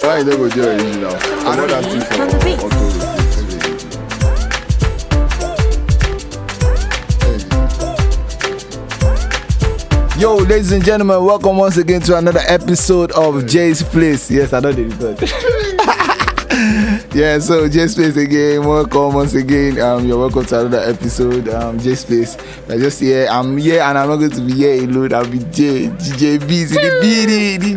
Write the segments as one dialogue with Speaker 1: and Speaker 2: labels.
Speaker 1: Why you never do original? I know that thing for
Speaker 2: On the beat.
Speaker 1: auto.
Speaker 3: Yo, ladies and gentlemen, welcome once again to another episode of Jay's Place. Yes, I know they record. yeah, so Jay's Place again. Welcome once again. Um, you're welcome to another episode. Um, Jay's Place. We're just here. I'm here, and I'm not going to be here alone. I'll be Jay, DJ Beats in the beating.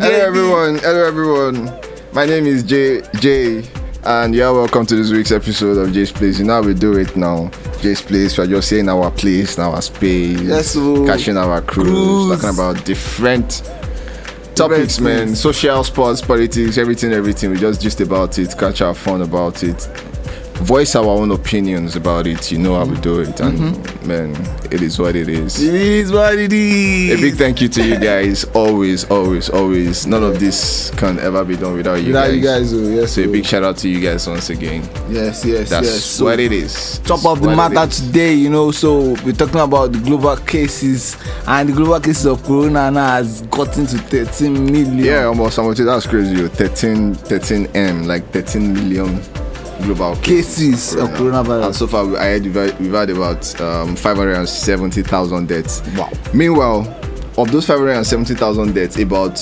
Speaker 1: Hello
Speaker 3: DJ Beats.
Speaker 1: everyone. Hello everyone. My name is Jay Jay and you're welcome to this week's episode of Jay's Place. You know how we do it now. Jay's Place, we're just here in our place, in our space,
Speaker 3: Yes, so-
Speaker 1: catching our cruise,
Speaker 3: Cruise.
Speaker 1: talking about different topics, man.
Speaker 3: things.
Speaker 1: Social, sports, politics, everything, everything. We just just about it, catch our fun about it, voice our own opinions about it. You know how we do it, and man, it is what it is.
Speaker 3: It is what it is.
Speaker 1: A big thank you to you guys. Always, always, always. None of this can ever be done without you
Speaker 3: Without
Speaker 1: guys.
Speaker 3: you guys, oh, yes.
Speaker 1: So a
Speaker 3: oh.
Speaker 1: big shout out to you guys once again.
Speaker 3: Yes, yes,
Speaker 1: That's
Speaker 3: yes. So-
Speaker 1: what it is.
Speaker 3: top
Speaker 1: It's
Speaker 3: of the
Speaker 1: what it
Speaker 3: matter
Speaker 1: is.
Speaker 3: today, you know. So we're talking about the global cases, and the global cases of corona now has gotten to 13 million.
Speaker 1: Yeah, almost. I'm to that's crazy. Yo. 13, 13 M, like 13 million global
Speaker 3: Cases of coronavirus.
Speaker 1: And so far, we- I had, we've had about um, 570,000 deaths.
Speaker 3: Wow.
Speaker 1: Meanwhile, of those 570,000 deaths, about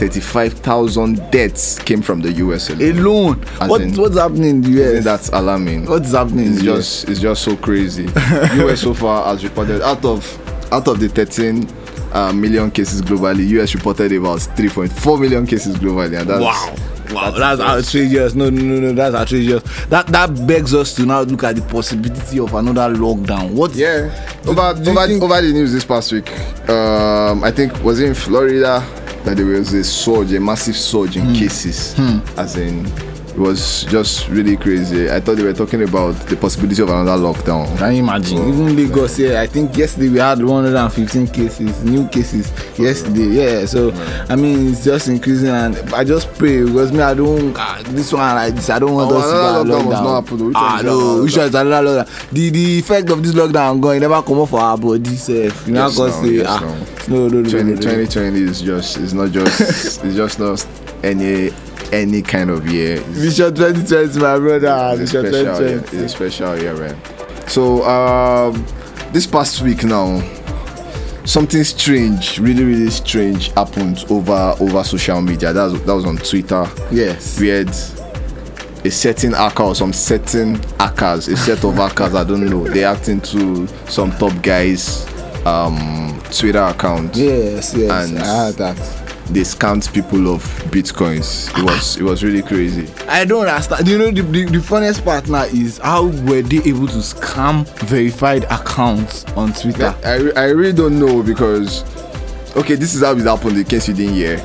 Speaker 1: 135,000 deaths came from the US alone.
Speaker 3: Alone.
Speaker 1: As
Speaker 3: What,
Speaker 1: in-
Speaker 3: what's happening in the US?
Speaker 1: Isn't that alarming?
Speaker 3: what's happening in
Speaker 1: It's
Speaker 3: the US?
Speaker 1: just it's just so crazy. US so far has reported out of out of the 13 uh, million cases globally, US reported about 3.4 million cases globally, and that's
Speaker 3: Wow. Wow, that's, outrageous. No, no, no, no, that's outrageous. That that begs us to now look at the possibility of another lockdown. What?
Speaker 1: Yeah, over
Speaker 3: do you
Speaker 1: over,
Speaker 3: think-
Speaker 1: over the news this past week, um, I think was it in Florida that there was a surge, a massive surge
Speaker 3: Hmm.
Speaker 1: in cases, as in it was just really crazy. I thought they were talking about the possibility of another lockdown.
Speaker 3: Can you imagine? Even Lagos here, I think yesterday we had 115 cases, new cases yesterday. Yeah, so I mean it's just increasing, and I just pray because me I don't ah, this one like this I don't want
Speaker 1: Oh,
Speaker 3: us to
Speaker 1: another
Speaker 3: go
Speaker 1: lockdown
Speaker 3: lockdown.
Speaker 1: must not happen. Which one
Speaker 3: ah
Speaker 1: is
Speaker 3: no,
Speaker 1: another
Speaker 3: which one is another lockdown? The the effect of this lockdown gone, it never come out for our body sef. You know
Speaker 1: Yes,
Speaker 3: how
Speaker 1: now,
Speaker 3: come say
Speaker 1: yes,
Speaker 3: ah
Speaker 1: now.
Speaker 3: no no no, no no,
Speaker 1: 20,
Speaker 3: no.
Speaker 1: 2020 is just it's not just it's just not any any kind of year. It's,
Speaker 3: Vision 2020 my brother, ah,
Speaker 1: it's
Speaker 3: Vision
Speaker 1: a special year.
Speaker 3: 2020.
Speaker 1: It's a special year, man. So um, this past week now, something strange, really really strange happened over over social media. That was, that was on Twitter.
Speaker 3: Yes.
Speaker 1: We had a certain hacker or some certain hackers, a set of hackers, I don't know. They hacked into some top guys um Twitter account.
Speaker 3: Yes, yes,
Speaker 1: And-
Speaker 3: I had that.
Speaker 1: they scammed people of bitcoins. It was it was really crazy.
Speaker 3: I don't understand. You know, the, the, the funniest part now is how were they able to scam verified accounts on Twitter?
Speaker 1: I, re- I really don't know because okay, this is how it happened in case you didn't hear.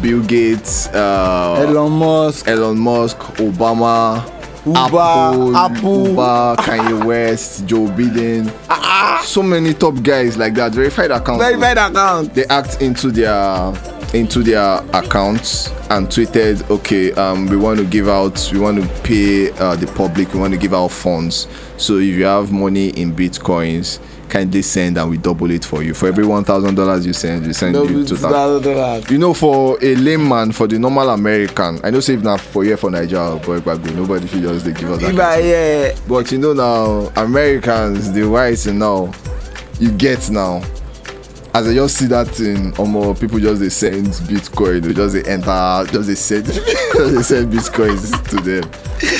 Speaker 1: Bill Gates, uh,
Speaker 3: Elon Musk,
Speaker 1: Elon Musk, Obama,
Speaker 3: Uber,
Speaker 1: Apple,
Speaker 3: Apple.
Speaker 1: Uber, Kanye West, Joe Biden, so many top guys like that. Verified accounts.
Speaker 3: Ah, verified account.
Speaker 1: they hacked into their into their accounts and tweeted okay um we want to give out we want to pay uh, the public we want to give out funds so if you have money in bitcoins kindly send and we double it for you for every one thousand dollars you send we send you two thousand
Speaker 3: $2,000.
Speaker 1: you know for a layman for the normal american i know say if na for here for naija or boy gbagbe nobody fit just dey give us that
Speaker 3: If I hear
Speaker 1: but you know now americans the whites and now you get now as i just see that thing omo people just dey send bitcoin they just dey enter just dey send just dey send bitcoins to them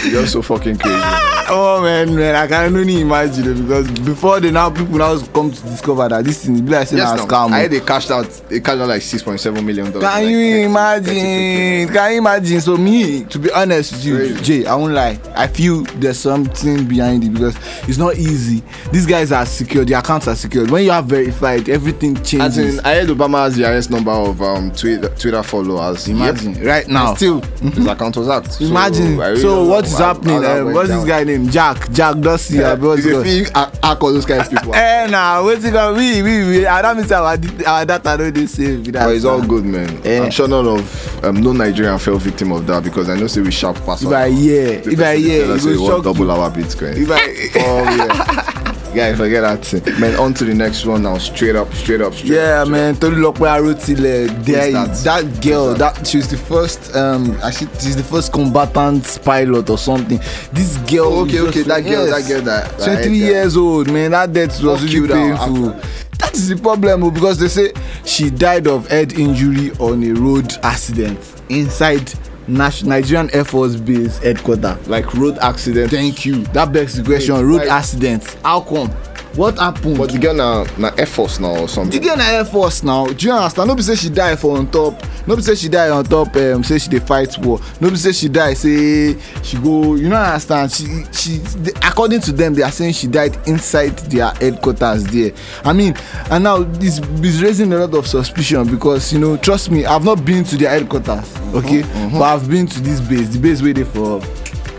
Speaker 1: e just so fucking crazy.
Speaker 3: oh man, man, I can only imagine it because before they now people now come to discover that this thing is like saying a scam.
Speaker 1: i hear they cashed out they cashed out like six point seven million dollars.
Speaker 3: Can
Speaker 1: like
Speaker 3: you
Speaker 1: 30, 30,
Speaker 3: imagine? Can you imagine? So me, to be honest with you,
Speaker 1: Crazy.
Speaker 3: Jay, I won't lie. I feel there's something behind it because it's not easy. These guys are secured. Their accounts are secured. When you are verified, everything
Speaker 1: as
Speaker 3: changes.
Speaker 1: in i heard obama has the highest number of um, twitter twitter followers.
Speaker 3: Imagine, right
Speaker 1: And
Speaker 3: now.
Speaker 1: still his account was hacked. So,
Speaker 3: imagine.
Speaker 1: I
Speaker 3: So,
Speaker 1: really don't
Speaker 3: what
Speaker 1: know
Speaker 3: is
Speaker 1: how-
Speaker 3: happening?
Speaker 1: how that
Speaker 3: Um,
Speaker 1: went
Speaker 3: what's this
Speaker 1: down.
Speaker 3: guy name? Jack. Jack Dusty.
Speaker 1: Yeah,
Speaker 3: abi, what's
Speaker 1: you go
Speaker 3: his name?
Speaker 1: fit hack hack all those kind of people.
Speaker 3: Eh na wetin come we we we I don't mean say our di- our data no dey safe. be that
Speaker 1: But it's all
Speaker 3: na.
Speaker 1: good, man.
Speaker 3: Eh.
Speaker 1: I'm sure none of um, no Nigerian fell victim of that because I know say we sharp pass.
Speaker 3: If I hear, if I hear, it
Speaker 1: we
Speaker 3: will
Speaker 1: want
Speaker 3: shock you.
Speaker 1: double our bitcoin.
Speaker 3: If I
Speaker 1: oh yeah. guy, forget that. thing. Man, on to the next one now. Straight up, straight up, straight
Speaker 3: Yeah,
Speaker 1: up. straight
Speaker 3: man, Tolulope Arotile, there
Speaker 1: Who's
Speaker 3: is
Speaker 1: that?
Speaker 3: that girl.
Speaker 1: Who's
Speaker 3: That? she's the first, um, actually, she's the first combatant pilot or something. This girl,
Speaker 1: Oh, okay,
Speaker 3: is just-
Speaker 1: okay, that girl, that girl that- that
Speaker 3: twenty-three
Speaker 1: I-
Speaker 3: years old, man. That death was
Speaker 1: What
Speaker 3: really
Speaker 1: killed her
Speaker 3: painful. That is the problem oh, because they say she died of head injury on a road accident inside Nas- Nigerian Air Force Base headquarters.
Speaker 1: Like road accident.
Speaker 3: Thank you. That begs the question:
Speaker 1: Wait,
Speaker 3: road
Speaker 1: why-
Speaker 3: accident. How come? What happened?
Speaker 1: But the girl now, now Air Force now or something.
Speaker 3: the girl na air force now do you understand no be say she die for on top no be say she die on top um, say she dey fight war no be say she die say she go you no understand she she the, according to them they are saying she died inside their headquarters there i mean and now this is raising a lot of suspicion because you know trust me i have not been to their headquarters okay but i have been to this base the base wey dey for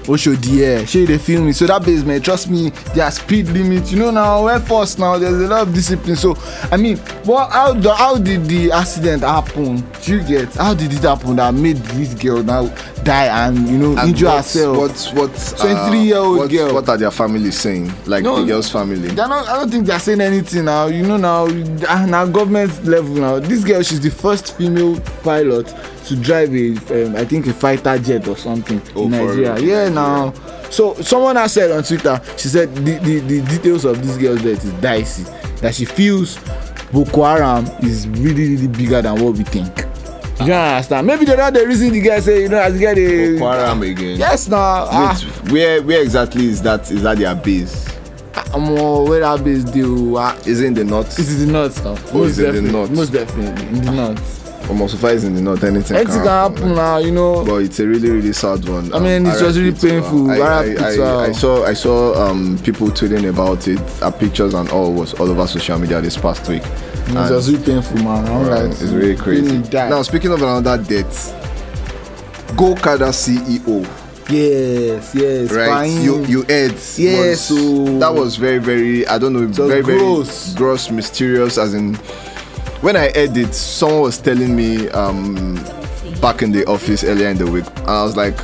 Speaker 3: oshodi air shey you dey feel me so that basement trust me their speed limit you know now air force now there is a lot of discipline so i mean what how do how did the accident happen do you get how did it happen that made this girl now die and you know and
Speaker 1: And
Speaker 3: injure
Speaker 1: what,
Speaker 3: herself
Speaker 1: What what? uh,
Speaker 3: 23-year-old
Speaker 1: what,
Speaker 3: girl.
Speaker 1: What are their families saying? Like
Speaker 3: No.
Speaker 1: the girl's family.
Speaker 3: They're not, I don't think they're saying anything now. You know now, ah, now government level now. This girl, she's the first female pilot to drive a, um, I think a fighter jet or something
Speaker 1: Oh,
Speaker 3: in
Speaker 1: for
Speaker 3: Nigeria.
Speaker 1: real?
Speaker 3: Yeah, now. So someone has said on Twitter, she said the, the, the details of this girl's death is dicey. That she feels Boko Haram is really really bigger than what we think. You don't understand? Maybe they're not the reason the guy say you know as the guy they.
Speaker 1: Boko Haram again.
Speaker 3: Yes, now. ah.
Speaker 1: Wait, where where exactly is that? Is that their base?
Speaker 3: omo where that base dey o ah
Speaker 1: Is it in the north?
Speaker 3: This is the north now.
Speaker 1: Oh, it's in the
Speaker 3: definitely-
Speaker 1: north.
Speaker 3: Most definitely. In the north.
Speaker 1: I'm surprised in the north. Anything,
Speaker 3: Anything can happen
Speaker 1: man.
Speaker 3: now, you know.
Speaker 1: But it's a really really sad one.
Speaker 3: I mean, it's just
Speaker 1: RIP
Speaker 3: really
Speaker 1: to her.
Speaker 3: painful.
Speaker 1: I, I,
Speaker 3: RIP
Speaker 1: I,
Speaker 3: to her.
Speaker 1: I saw I saw um people tweeting about it. Our pictures and all was all over social media this past week.
Speaker 3: It's
Speaker 1: And-
Speaker 3: just really painful, man. I'm
Speaker 1: Right,
Speaker 3: like,
Speaker 1: it's really crazy.
Speaker 3: really die.
Speaker 1: Now speaking of another death, Gokada CEO,
Speaker 3: yes, yes.
Speaker 1: right?
Speaker 3: fine.
Speaker 1: You you heard
Speaker 3: Yes,
Speaker 1: was-
Speaker 3: oh.
Speaker 1: that was very very I don't know
Speaker 3: was
Speaker 1: very
Speaker 3: gross.
Speaker 1: very gross mysterious as in when I heard it, someone was telling me um back in the office earlier in the week, and I was like,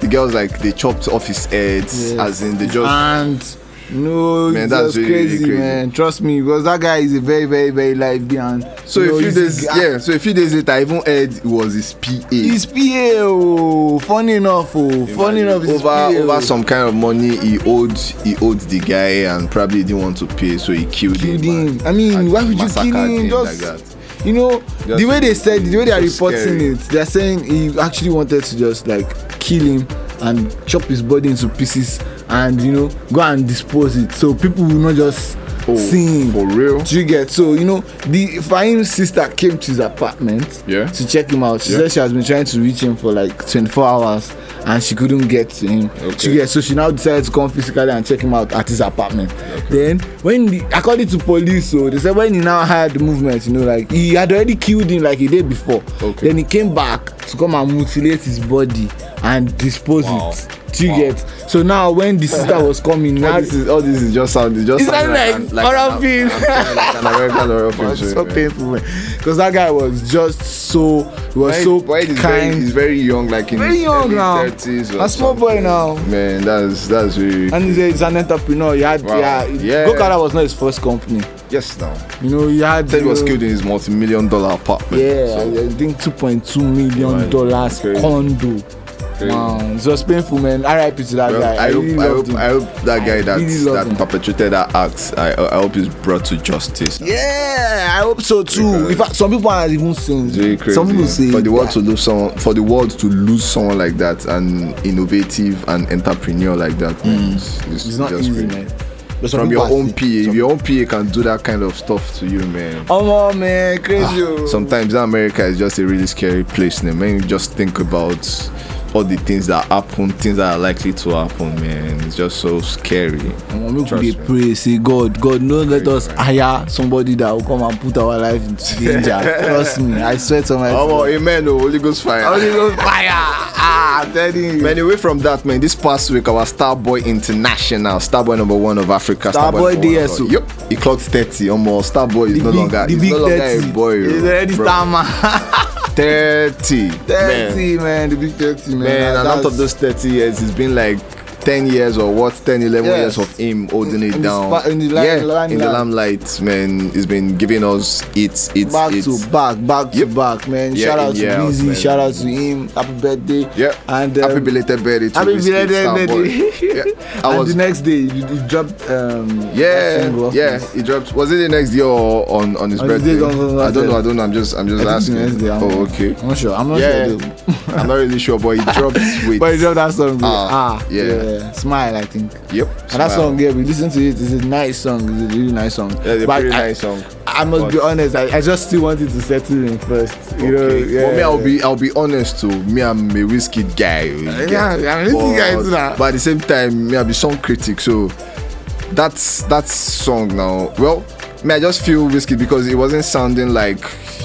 Speaker 1: the girls like they chopped off his heads
Speaker 3: Yes.
Speaker 1: as in they just
Speaker 3: and no,
Speaker 1: Man,
Speaker 3: it's
Speaker 1: that's
Speaker 3: just
Speaker 1: really, really
Speaker 3: crazy,
Speaker 1: crazy.
Speaker 3: man. Trust me, because that guy is a very, very, very lively and
Speaker 1: so
Speaker 3: you know,
Speaker 1: a few
Speaker 3: he's a
Speaker 1: days
Speaker 3: guy-
Speaker 1: yeah so a few days later I even heard it was his PA.
Speaker 3: He's PA, oh, funny enough, oh, funny enough, he's PA,
Speaker 1: over
Speaker 3: oh.
Speaker 1: over some kind of money he owed he owed the guy and probably didn't want to pay so he killed,
Speaker 3: killed
Speaker 1: him,
Speaker 3: him.
Speaker 1: man.
Speaker 3: I mean,
Speaker 1: And
Speaker 3: why would you
Speaker 1: massacred
Speaker 3: kill him?
Speaker 1: him
Speaker 3: Just
Speaker 1: like that.
Speaker 3: you know,
Speaker 1: Just
Speaker 3: the way they said, the way they are
Speaker 1: so
Speaker 3: reporting
Speaker 1: scary.
Speaker 3: it, they're saying he actually wanted to just like kill him and chop his body into pieces and you know go and dispose it so people will not just
Speaker 1: Oh,
Speaker 3: see him.
Speaker 1: for real?
Speaker 3: Do you get so you know the Fahim's sister came to his apartment
Speaker 1: Yeah.
Speaker 3: to check him out. She
Speaker 1: Yeah.
Speaker 3: said she has been trying to reach him for like 24 hours and she couldn't get to him. Do you
Speaker 1: Okay.
Speaker 3: get so she now decided to come physically and check him out at his apartment then when the according to police so they said when he now had movement you know like he had already killed him like a day before
Speaker 1: Okay.
Speaker 3: then he came back to come and mutilate his body and dispose
Speaker 1: Wow.
Speaker 3: it do you get so now when the sister was coming
Speaker 1: All
Speaker 3: now
Speaker 1: this is all this is just sound. It just
Speaker 3: It's
Speaker 1: sound
Speaker 3: like
Speaker 1: an-
Speaker 3: horror
Speaker 1: an-
Speaker 3: film.
Speaker 1: I'm like an American horror film.
Speaker 3: was
Speaker 1: show,
Speaker 3: so
Speaker 1: man.
Speaker 3: painful man because that guy was just so he was
Speaker 1: Why-
Speaker 3: so
Speaker 1: why he's very,
Speaker 3: kind
Speaker 1: he's very young, like in
Speaker 3: Very
Speaker 1: his
Speaker 3: young
Speaker 1: early
Speaker 3: now.
Speaker 1: 30s or
Speaker 3: A small
Speaker 1: something.
Speaker 3: boy now.
Speaker 1: Man, that's that's really
Speaker 3: and he's, a, he's an entrepreneur he had
Speaker 1: Wow.
Speaker 3: yeah,
Speaker 1: Yeah.
Speaker 3: Gokada was not his first company
Speaker 1: yes now.
Speaker 3: you know he had
Speaker 1: Said he was
Speaker 3: uh,
Speaker 1: killed in his multi-million dollar apartment.
Speaker 3: Yeah,
Speaker 1: So,
Speaker 3: I, I think 2.2 million dollars
Speaker 1: Crazy.
Speaker 3: condo.
Speaker 1: crazy.
Speaker 3: Wow, it was painful, man. RIP to that
Speaker 1: Well,
Speaker 3: guy. I,
Speaker 1: I, hope,
Speaker 3: really
Speaker 1: I,
Speaker 3: loved
Speaker 1: hope,
Speaker 3: him.
Speaker 1: I hope that guy that,
Speaker 3: really loved him.
Speaker 1: that perpetrated that act, I, I hope he's brought to justice.
Speaker 3: yeah, I hope so too.
Speaker 1: Because-
Speaker 3: In fact, some people are even saying
Speaker 1: It's really crazy.
Speaker 3: some people say
Speaker 1: for the world to
Speaker 3: that-
Speaker 1: lose someone, for the world to lose someone like that, an innovative and entrepreneur like that, man, it's, it's
Speaker 3: Mm. it's not
Speaker 1: just
Speaker 3: easy,
Speaker 1: crazy.
Speaker 3: man. But some
Speaker 1: From
Speaker 3: people
Speaker 1: your
Speaker 3: are
Speaker 1: own
Speaker 3: sick.
Speaker 1: PA, if your own PA can do that kind of stuff to you, man.
Speaker 3: Oh man,
Speaker 1: Ah.
Speaker 3: crazy. oh.
Speaker 1: Sometimes that America is just a really scary place, man. When you just think about all the things that happen, things that are likely to happen, man, it's just so scary.
Speaker 3: Omo, make
Speaker 1: Trust
Speaker 3: we
Speaker 1: me.
Speaker 3: dey pray say god god no let us hire somebody that will come and put our life into danger trust me i swear to my
Speaker 1: Oh, amen, oh, Holy Ghost fire.
Speaker 3: Holy Ghost fire ah i'm telling you
Speaker 1: Man, away from that, man, this past week, our Starboy International, Starboy number one of Africa,
Speaker 3: Starboy
Speaker 1: number one of-
Speaker 3: DSO.
Speaker 1: Yep, he clocked 30. Almost Starboy is no longer, he's no longer a boy.
Speaker 3: He's
Speaker 1: oh,
Speaker 3: already
Speaker 1: bro.
Speaker 3: star man.
Speaker 1: 30. Man,
Speaker 3: 30, man. The big 30, man.
Speaker 1: man and
Speaker 3: That's-
Speaker 1: out of those 30 years, it's been like 10 years or what 10 11
Speaker 3: Yes.
Speaker 1: years of him holding it
Speaker 3: in the
Speaker 1: down
Speaker 3: spa- in the li-
Speaker 1: yeah,
Speaker 3: in the
Speaker 1: in the
Speaker 3: limelight.
Speaker 1: limelight man he's been giving us it's it's
Speaker 3: back
Speaker 1: it's
Speaker 3: to back, back to back, man.
Speaker 1: Yeah,
Speaker 3: shout
Speaker 1: in
Speaker 3: out to
Speaker 1: year out,
Speaker 3: Busy,
Speaker 1: man.
Speaker 3: shout out to him. Happy birthday.
Speaker 1: yeah
Speaker 3: And
Speaker 1: happy
Speaker 3: um,
Speaker 1: belated birthday to
Speaker 3: happy
Speaker 1: Whiskey
Speaker 3: belated
Speaker 1: Starboy.
Speaker 3: birthday.
Speaker 1: yeah i
Speaker 3: and
Speaker 1: was
Speaker 3: the next day, you, you dropped. Um, that
Speaker 1: yeah,
Speaker 3: single.
Speaker 1: yeah, he dropped. Was it the next year or on on his
Speaker 3: On his
Speaker 1: birthday?
Speaker 3: day, gone, gone, gone,
Speaker 1: I don't know.
Speaker 3: yeah.
Speaker 1: I don't know. I'm just, I'm
Speaker 3: I
Speaker 1: just
Speaker 3: think
Speaker 1: asking.
Speaker 3: the next day. I'm,
Speaker 1: oh, okay.
Speaker 3: I'm not sure. I'm not
Speaker 1: Yeah,
Speaker 3: sure. though.
Speaker 1: I'm not really sure, but he dropped with.
Speaker 3: But you dropped that song. though.
Speaker 1: Ah,
Speaker 3: Ah,
Speaker 1: yeah.
Speaker 3: Smile, I think.
Speaker 1: Yep.
Speaker 3: And
Speaker 1: Smile.
Speaker 3: that song, yeah, we listened to it. It's a nice song. It's a really nice song.
Speaker 1: Yeah, it's a
Speaker 3: But
Speaker 1: pretty
Speaker 3: I,
Speaker 1: nice song.
Speaker 3: I must
Speaker 1: But-
Speaker 3: be honest. I, I just still wanted to settle in first. You know,
Speaker 1: Okay.
Speaker 3: yeah.
Speaker 1: But me, I'll be, I'll be honest too. Me, I'm a whiskey guy. you get
Speaker 3: yeah,
Speaker 1: it.
Speaker 3: I'm a whiskey guy too now.
Speaker 1: But at the same time, me, I'll be song critic. So that's that song now. Well, me, I just feel whiskey because it wasn't sounding like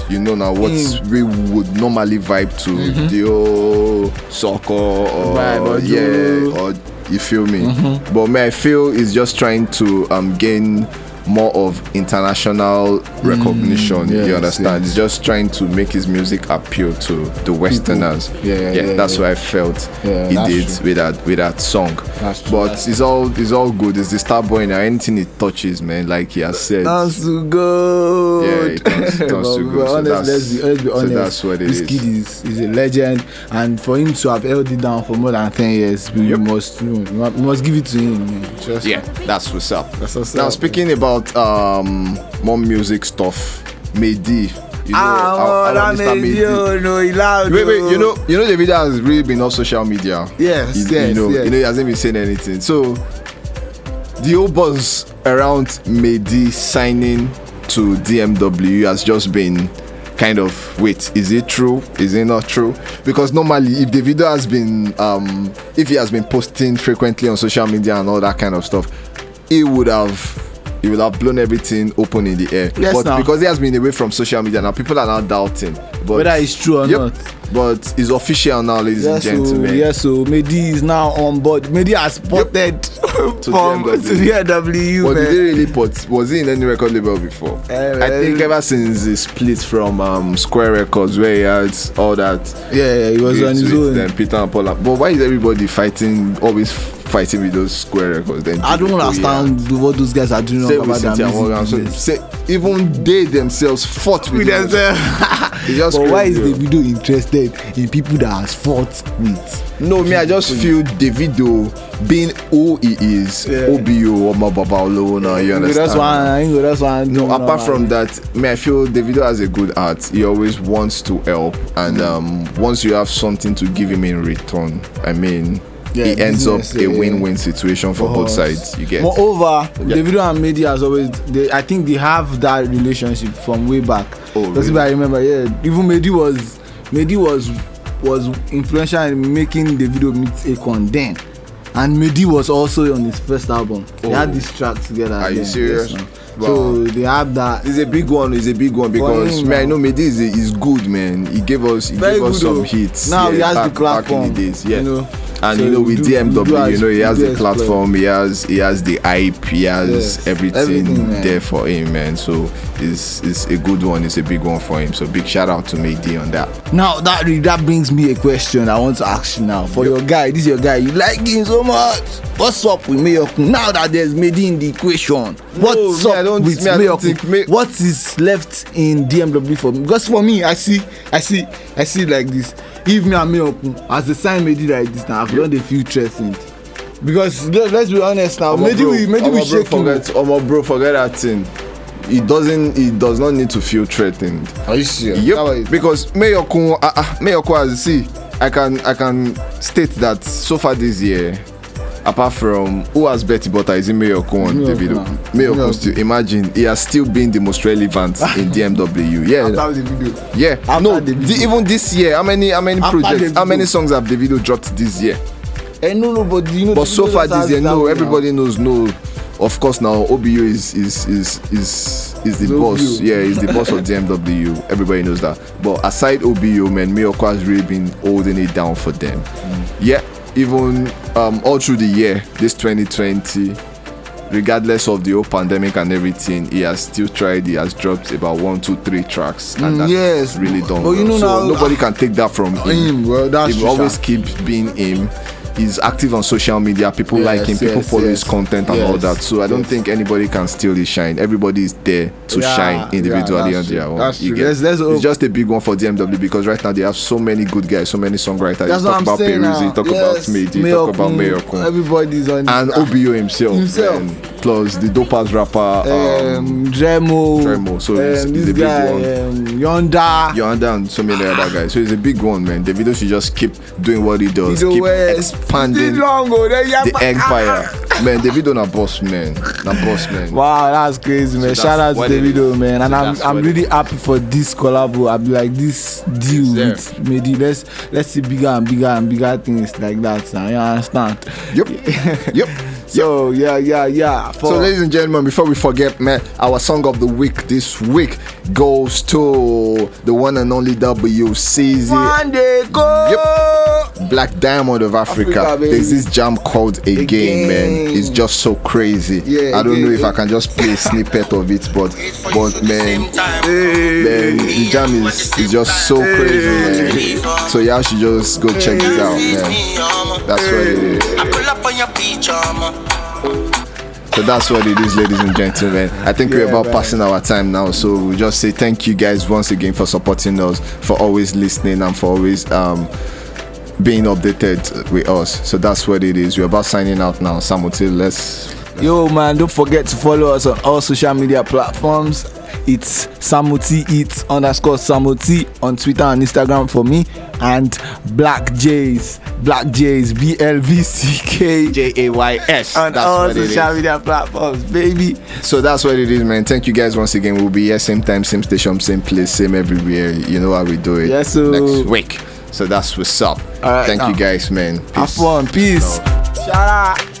Speaker 1: you know now what
Speaker 3: Mm.
Speaker 1: we would normally vibe to the old soccer or
Speaker 3: Mm-hmm. Vibe or
Speaker 1: yeah
Speaker 3: do-
Speaker 1: or you feel me. But me, I feel it's just trying to um gain more of international recognition.
Speaker 3: Mm, yes,
Speaker 1: you understand? It's just trying to make his music appeal to the Westerners.
Speaker 3: Yeah, yeah, yeah,
Speaker 1: that's
Speaker 3: yeah.
Speaker 1: what I felt
Speaker 3: Yeah,
Speaker 1: he
Speaker 3: that's
Speaker 1: did
Speaker 3: true.
Speaker 1: with that with that song.
Speaker 3: That's true,
Speaker 1: but
Speaker 3: that's
Speaker 1: it's all it's all good. It's the star boy now. Anything he touches, man, like he has said.
Speaker 3: Sounds too good.
Speaker 1: Yeah, it turns- it turns too
Speaker 3: But-
Speaker 1: good.
Speaker 3: but
Speaker 1: So
Speaker 3: honest,
Speaker 1: that's-
Speaker 3: let's be, let's be
Speaker 1: so
Speaker 3: honest.
Speaker 1: that's what it is.
Speaker 3: Wizkid is. is a legend, and for him to have held it down for more than ten years, we
Speaker 1: Yep.
Speaker 3: must we must- we must give it to him. man. Just-
Speaker 1: yeah, that's what's up.
Speaker 3: That's what's
Speaker 1: now
Speaker 3: up,
Speaker 1: speaking about um more music stuff, Mehdi. You know, I- I
Speaker 3: Ah,
Speaker 1: love
Speaker 3: that
Speaker 1: uh, Mr.
Speaker 3: made
Speaker 1: Mehdi.
Speaker 3: you know he loud.
Speaker 1: Wait, wait,
Speaker 3: oh.
Speaker 1: you know, you know, David has really been off social media.
Speaker 3: Yes,
Speaker 1: you,
Speaker 3: yes,
Speaker 1: you know,
Speaker 3: yes.
Speaker 1: you know, he hasn't been saying anything. So the old buzz around Mehdi signing to DMW has just been kind of wait, is it true? Is it not true? Because normally, if the video has been, um, if he has been posting frequently on social media and all that kind of stuff, he would have. He would have blown everything open in the air.
Speaker 3: Yes,
Speaker 1: but
Speaker 3: now.
Speaker 1: because he has been away from social media now, people are now doubting. But
Speaker 3: whether it's true or
Speaker 1: Yep.
Speaker 3: not.
Speaker 1: But it's official now, ladies
Speaker 3: Yes,
Speaker 1: and
Speaker 3: so
Speaker 1: gentlemen.
Speaker 3: yes, so Mehdi is now on board. Mehdi has ported from
Speaker 1: DMW.
Speaker 3: to the NW.
Speaker 1: But
Speaker 3: man.
Speaker 1: did he really put? Was he in any record label before?
Speaker 3: Eh,
Speaker 1: I
Speaker 3: well-
Speaker 1: think ever since he split from um, Square Records, where he had all that.
Speaker 3: Yeah, yeah, he was on
Speaker 1: hits
Speaker 3: his
Speaker 1: with
Speaker 3: own.
Speaker 1: Them, Peter and Paul. But why is everybody fighting? Always fighting with those Square Records? Then
Speaker 3: I don't
Speaker 1: people, yeah.
Speaker 3: understand what those guys are doing
Speaker 1: Say
Speaker 3: about
Speaker 1: with
Speaker 3: their
Speaker 1: Cynthia
Speaker 3: music
Speaker 1: Morgan. So
Speaker 3: business.
Speaker 1: say even they themselves fought with,
Speaker 3: with
Speaker 1: each other.
Speaker 3: themselves.
Speaker 1: It's just
Speaker 3: but why is
Speaker 1: crazy, oh.
Speaker 3: the video interested in people that has fought with?
Speaker 1: No, me, I just feel Davido being who he is, oh,
Speaker 3: Yeah.
Speaker 1: OBO or Mababa Olowo now, you understand?
Speaker 3: That's one. I think that's one.
Speaker 1: No, apart from that, me, I feel Davido has a good heart. He always wants to help,
Speaker 3: Mm.
Speaker 1: and um, once you have something to give him in return, I mean,
Speaker 3: Yeah,
Speaker 1: it ends up
Speaker 3: business,
Speaker 1: a
Speaker 3: yeah, yeah.
Speaker 1: win-win situation for both sides. You get?
Speaker 3: Moreover,
Speaker 1: Yeah.
Speaker 3: the video and media has always. They, I think they have that relationship from way back.
Speaker 1: Oh,
Speaker 3: That's
Speaker 1: really?
Speaker 3: if I remember. Yeah, even Mehdi was Mehdi was was influential in making the video meet Akon then. And Mehdi was also on his first album. They
Speaker 1: Oh.
Speaker 3: had this track together.
Speaker 1: Are you
Speaker 3: then,
Speaker 1: serious?
Speaker 3: ma'am.
Speaker 1: Wow.
Speaker 3: So they have that.
Speaker 1: It's a big one. It's a big one because
Speaker 3: him
Speaker 1: man, I
Speaker 3: now.
Speaker 1: know Mehdi is, is good, man. He gave us, he
Speaker 3: Very
Speaker 1: gave us
Speaker 3: good
Speaker 1: some
Speaker 3: though.
Speaker 1: hits.
Speaker 3: Now he has the
Speaker 1: back, Back in
Speaker 3: platform,
Speaker 1: the days,
Speaker 3: you
Speaker 1: yeah.
Speaker 3: know.
Speaker 1: And
Speaker 3: So
Speaker 1: you know
Speaker 3: we
Speaker 1: with
Speaker 3: do- we do
Speaker 1: DMW, you
Speaker 3: as-
Speaker 1: know he
Speaker 3: we
Speaker 1: has
Speaker 3: do
Speaker 1: the
Speaker 3: as
Speaker 1: platform, he has he has the hype, he has
Speaker 3: Yes,
Speaker 1: everything,
Speaker 3: everything, man.
Speaker 1: there for him, man. So it's it's a good one. It's a big one for him. So big shout out to Mehdi on that.
Speaker 3: Now that re- that brings me a question I want to ask you now. For your guy, this your guy, you like him so much. What's up with Mayokun? Now that there's Medi in the equation, what's
Speaker 1: me, I
Speaker 3: up
Speaker 1: don't-
Speaker 3: with
Speaker 1: me, I don't think
Speaker 3: Mayokun?
Speaker 1: May-
Speaker 3: what is left in DMW for me? Because for me, I see, I see, I see it like this. If me and Mayokun as the sign Medi like this now, I've learned a few things. Because let, let's be honest now,
Speaker 1: Omo
Speaker 3: Medi
Speaker 1: bro,
Speaker 3: we Medi we
Speaker 1: Omo bro,
Speaker 3: shake him.
Speaker 1: forget, Omo bro, forget that thing. He doesn't. He does not need to feel threatened.
Speaker 3: Are you sure?
Speaker 1: Yep. Because Meyokun, uh, uh, Meyokun, as you see, I can I can state that so far this year, apart from who has Betty Butter, is it Meyokun on the
Speaker 3: Meyokun,
Speaker 1: video?
Speaker 3: ah.
Speaker 1: Meyokun
Speaker 3: Meyokun.
Speaker 1: still. Imagine he has still been the most relevant in DMW. Yeah.
Speaker 3: After the video.
Speaker 1: Yeah.
Speaker 3: after
Speaker 1: no.
Speaker 3: the
Speaker 1: the-
Speaker 3: video.
Speaker 1: even this year, how many how many
Speaker 3: After
Speaker 1: projects,
Speaker 3: the
Speaker 1: how many
Speaker 3: video.
Speaker 1: songs have the video dropped this year?
Speaker 3: And no, no, but you know.
Speaker 1: But so far this year, no.
Speaker 3: everybody.
Speaker 1: Everybody knows no. Of course, now OBU is is is is is the
Speaker 3: It's
Speaker 1: boss.
Speaker 3: OBU.
Speaker 1: Yeah, is the boss of DMW. Everybody knows that. But aside OBU, man, Miyoko has really been holding it down for them.
Speaker 3: Mm.
Speaker 1: Yeah, even um, all through the year, this 2020, regardless of the whole pandemic and everything, he has still tried. He has dropped about one, two, three tracks, and
Speaker 3: Mm,
Speaker 1: that's
Speaker 3: yes.
Speaker 1: really done.
Speaker 3: But you
Speaker 1: well.
Speaker 3: know
Speaker 1: so
Speaker 3: now- ah,
Speaker 1: nobody can take that from him.
Speaker 3: him well that's
Speaker 1: he
Speaker 3: true
Speaker 1: will always
Speaker 3: sha.
Speaker 1: keep being him. he's active on social media. People
Speaker 3: Yes,
Speaker 1: like him. People
Speaker 3: yes,
Speaker 1: follow
Speaker 3: yes.
Speaker 1: his content and all
Speaker 3: Yes,
Speaker 1: that. So I don't
Speaker 3: yes.
Speaker 1: think anybody can steal his shine. Everybody is there to
Speaker 3: Yeah,
Speaker 1: shine individually
Speaker 3: yeah,
Speaker 1: on
Speaker 3: that's
Speaker 1: their
Speaker 3: true.
Speaker 1: own.
Speaker 3: That's
Speaker 1: You
Speaker 3: true.
Speaker 1: get-
Speaker 3: Let's- let's hope-
Speaker 1: it's just a big one for DMW because right now they have so many good guys, so many songwriters.
Speaker 3: That's
Speaker 1: you
Speaker 3: what
Speaker 1: talk
Speaker 3: I'm
Speaker 1: about
Speaker 3: saying. now.
Speaker 1: Peruzzi, talk
Speaker 3: yes,
Speaker 1: about Meiji, you talk about Mayor Kun.
Speaker 3: Everybody's on
Speaker 1: and OBO himself,
Speaker 3: Himself.
Speaker 1: and plus the dopest rapper. Um,
Speaker 3: um, Dremo,
Speaker 1: Dremo, so he's-
Speaker 3: um,
Speaker 1: he's
Speaker 3: this
Speaker 1: a big
Speaker 3: guy,
Speaker 1: one.
Speaker 3: um, Yonda,
Speaker 1: Yonder and so many other guys. So it's a big one, man. Davido should just keep doing what he does,
Speaker 3: Dido
Speaker 1: keep
Speaker 3: West,
Speaker 1: expanding
Speaker 3: Still long oh, ago, then yeah,
Speaker 1: the
Speaker 3: but-
Speaker 1: empire. man, Davido na boss man, na boss man.
Speaker 3: Wow, that's crazy, man!
Speaker 1: So
Speaker 3: Shout out
Speaker 1: that's
Speaker 3: to
Speaker 1: what it
Speaker 3: Davido,
Speaker 1: is.
Speaker 3: man,
Speaker 1: So
Speaker 3: and I'm
Speaker 1: that's
Speaker 3: I'm
Speaker 1: what it
Speaker 3: really happy for this collabo. I be like this deal
Speaker 1: there.
Speaker 3: with Medi. Let's let's see bigger and bigger and bigger things like that. Now you understand?
Speaker 1: Yep, yep.
Speaker 3: So yeah, yeah, yeah. For,
Speaker 1: So, ladies and gentlemen, before we forget, man, our song of the week this week goes to the one and only WCZ
Speaker 3: one day go.
Speaker 1: Black Diamond of Africa.
Speaker 3: Africa, baby.
Speaker 1: There's this jam called Again, man.
Speaker 3: Again.
Speaker 1: It's just so crazy.
Speaker 3: Yeah,
Speaker 1: I don't know
Speaker 3: again,
Speaker 1: if I can just play a snippet of it, but but man,
Speaker 3: Hey.
Speaker 1: man, the jam is, is just so crazy, man. So y'all should just go check it out, man. That's what it is.
Speaker 2: I pull up on your pajama.
Speaker 1: So that's what it is, ladies and gentlemen. I think we're
Speaker 3: Yeah,
Speaker 1: about
Speaker 3: man.
Speaker 1: passing our time now. So we just say thank you guys once again for supporting us, for always listening, and for always um, being updated with us. So that's what it is. We're about signing out now. Samuti, let's.
Speaker 3: Yo, man, don't forget to follow us on all social media platforms. It's Samuti Eats underscore Samuti on Twitter and Instagram for me. And Black Jays, Black Jays, B L V C K
Speaker 1: J A Y S.
Speaker 3: on all social media platforms, baby.
Speaker 1: So that's what it is, man. Thank you guys once again. We'll be here same time, same station, same place, same everywhere. You know how we do it.
Speaker 3: Yes, so-
Speaker 1: Next week. So that's what's up.
Speaker 3: All right,
Speaker 1: Thank
Speaker 3: now.
Speaker 1: you guys, man.
Speaker 3: Have fun, peace. Shout out.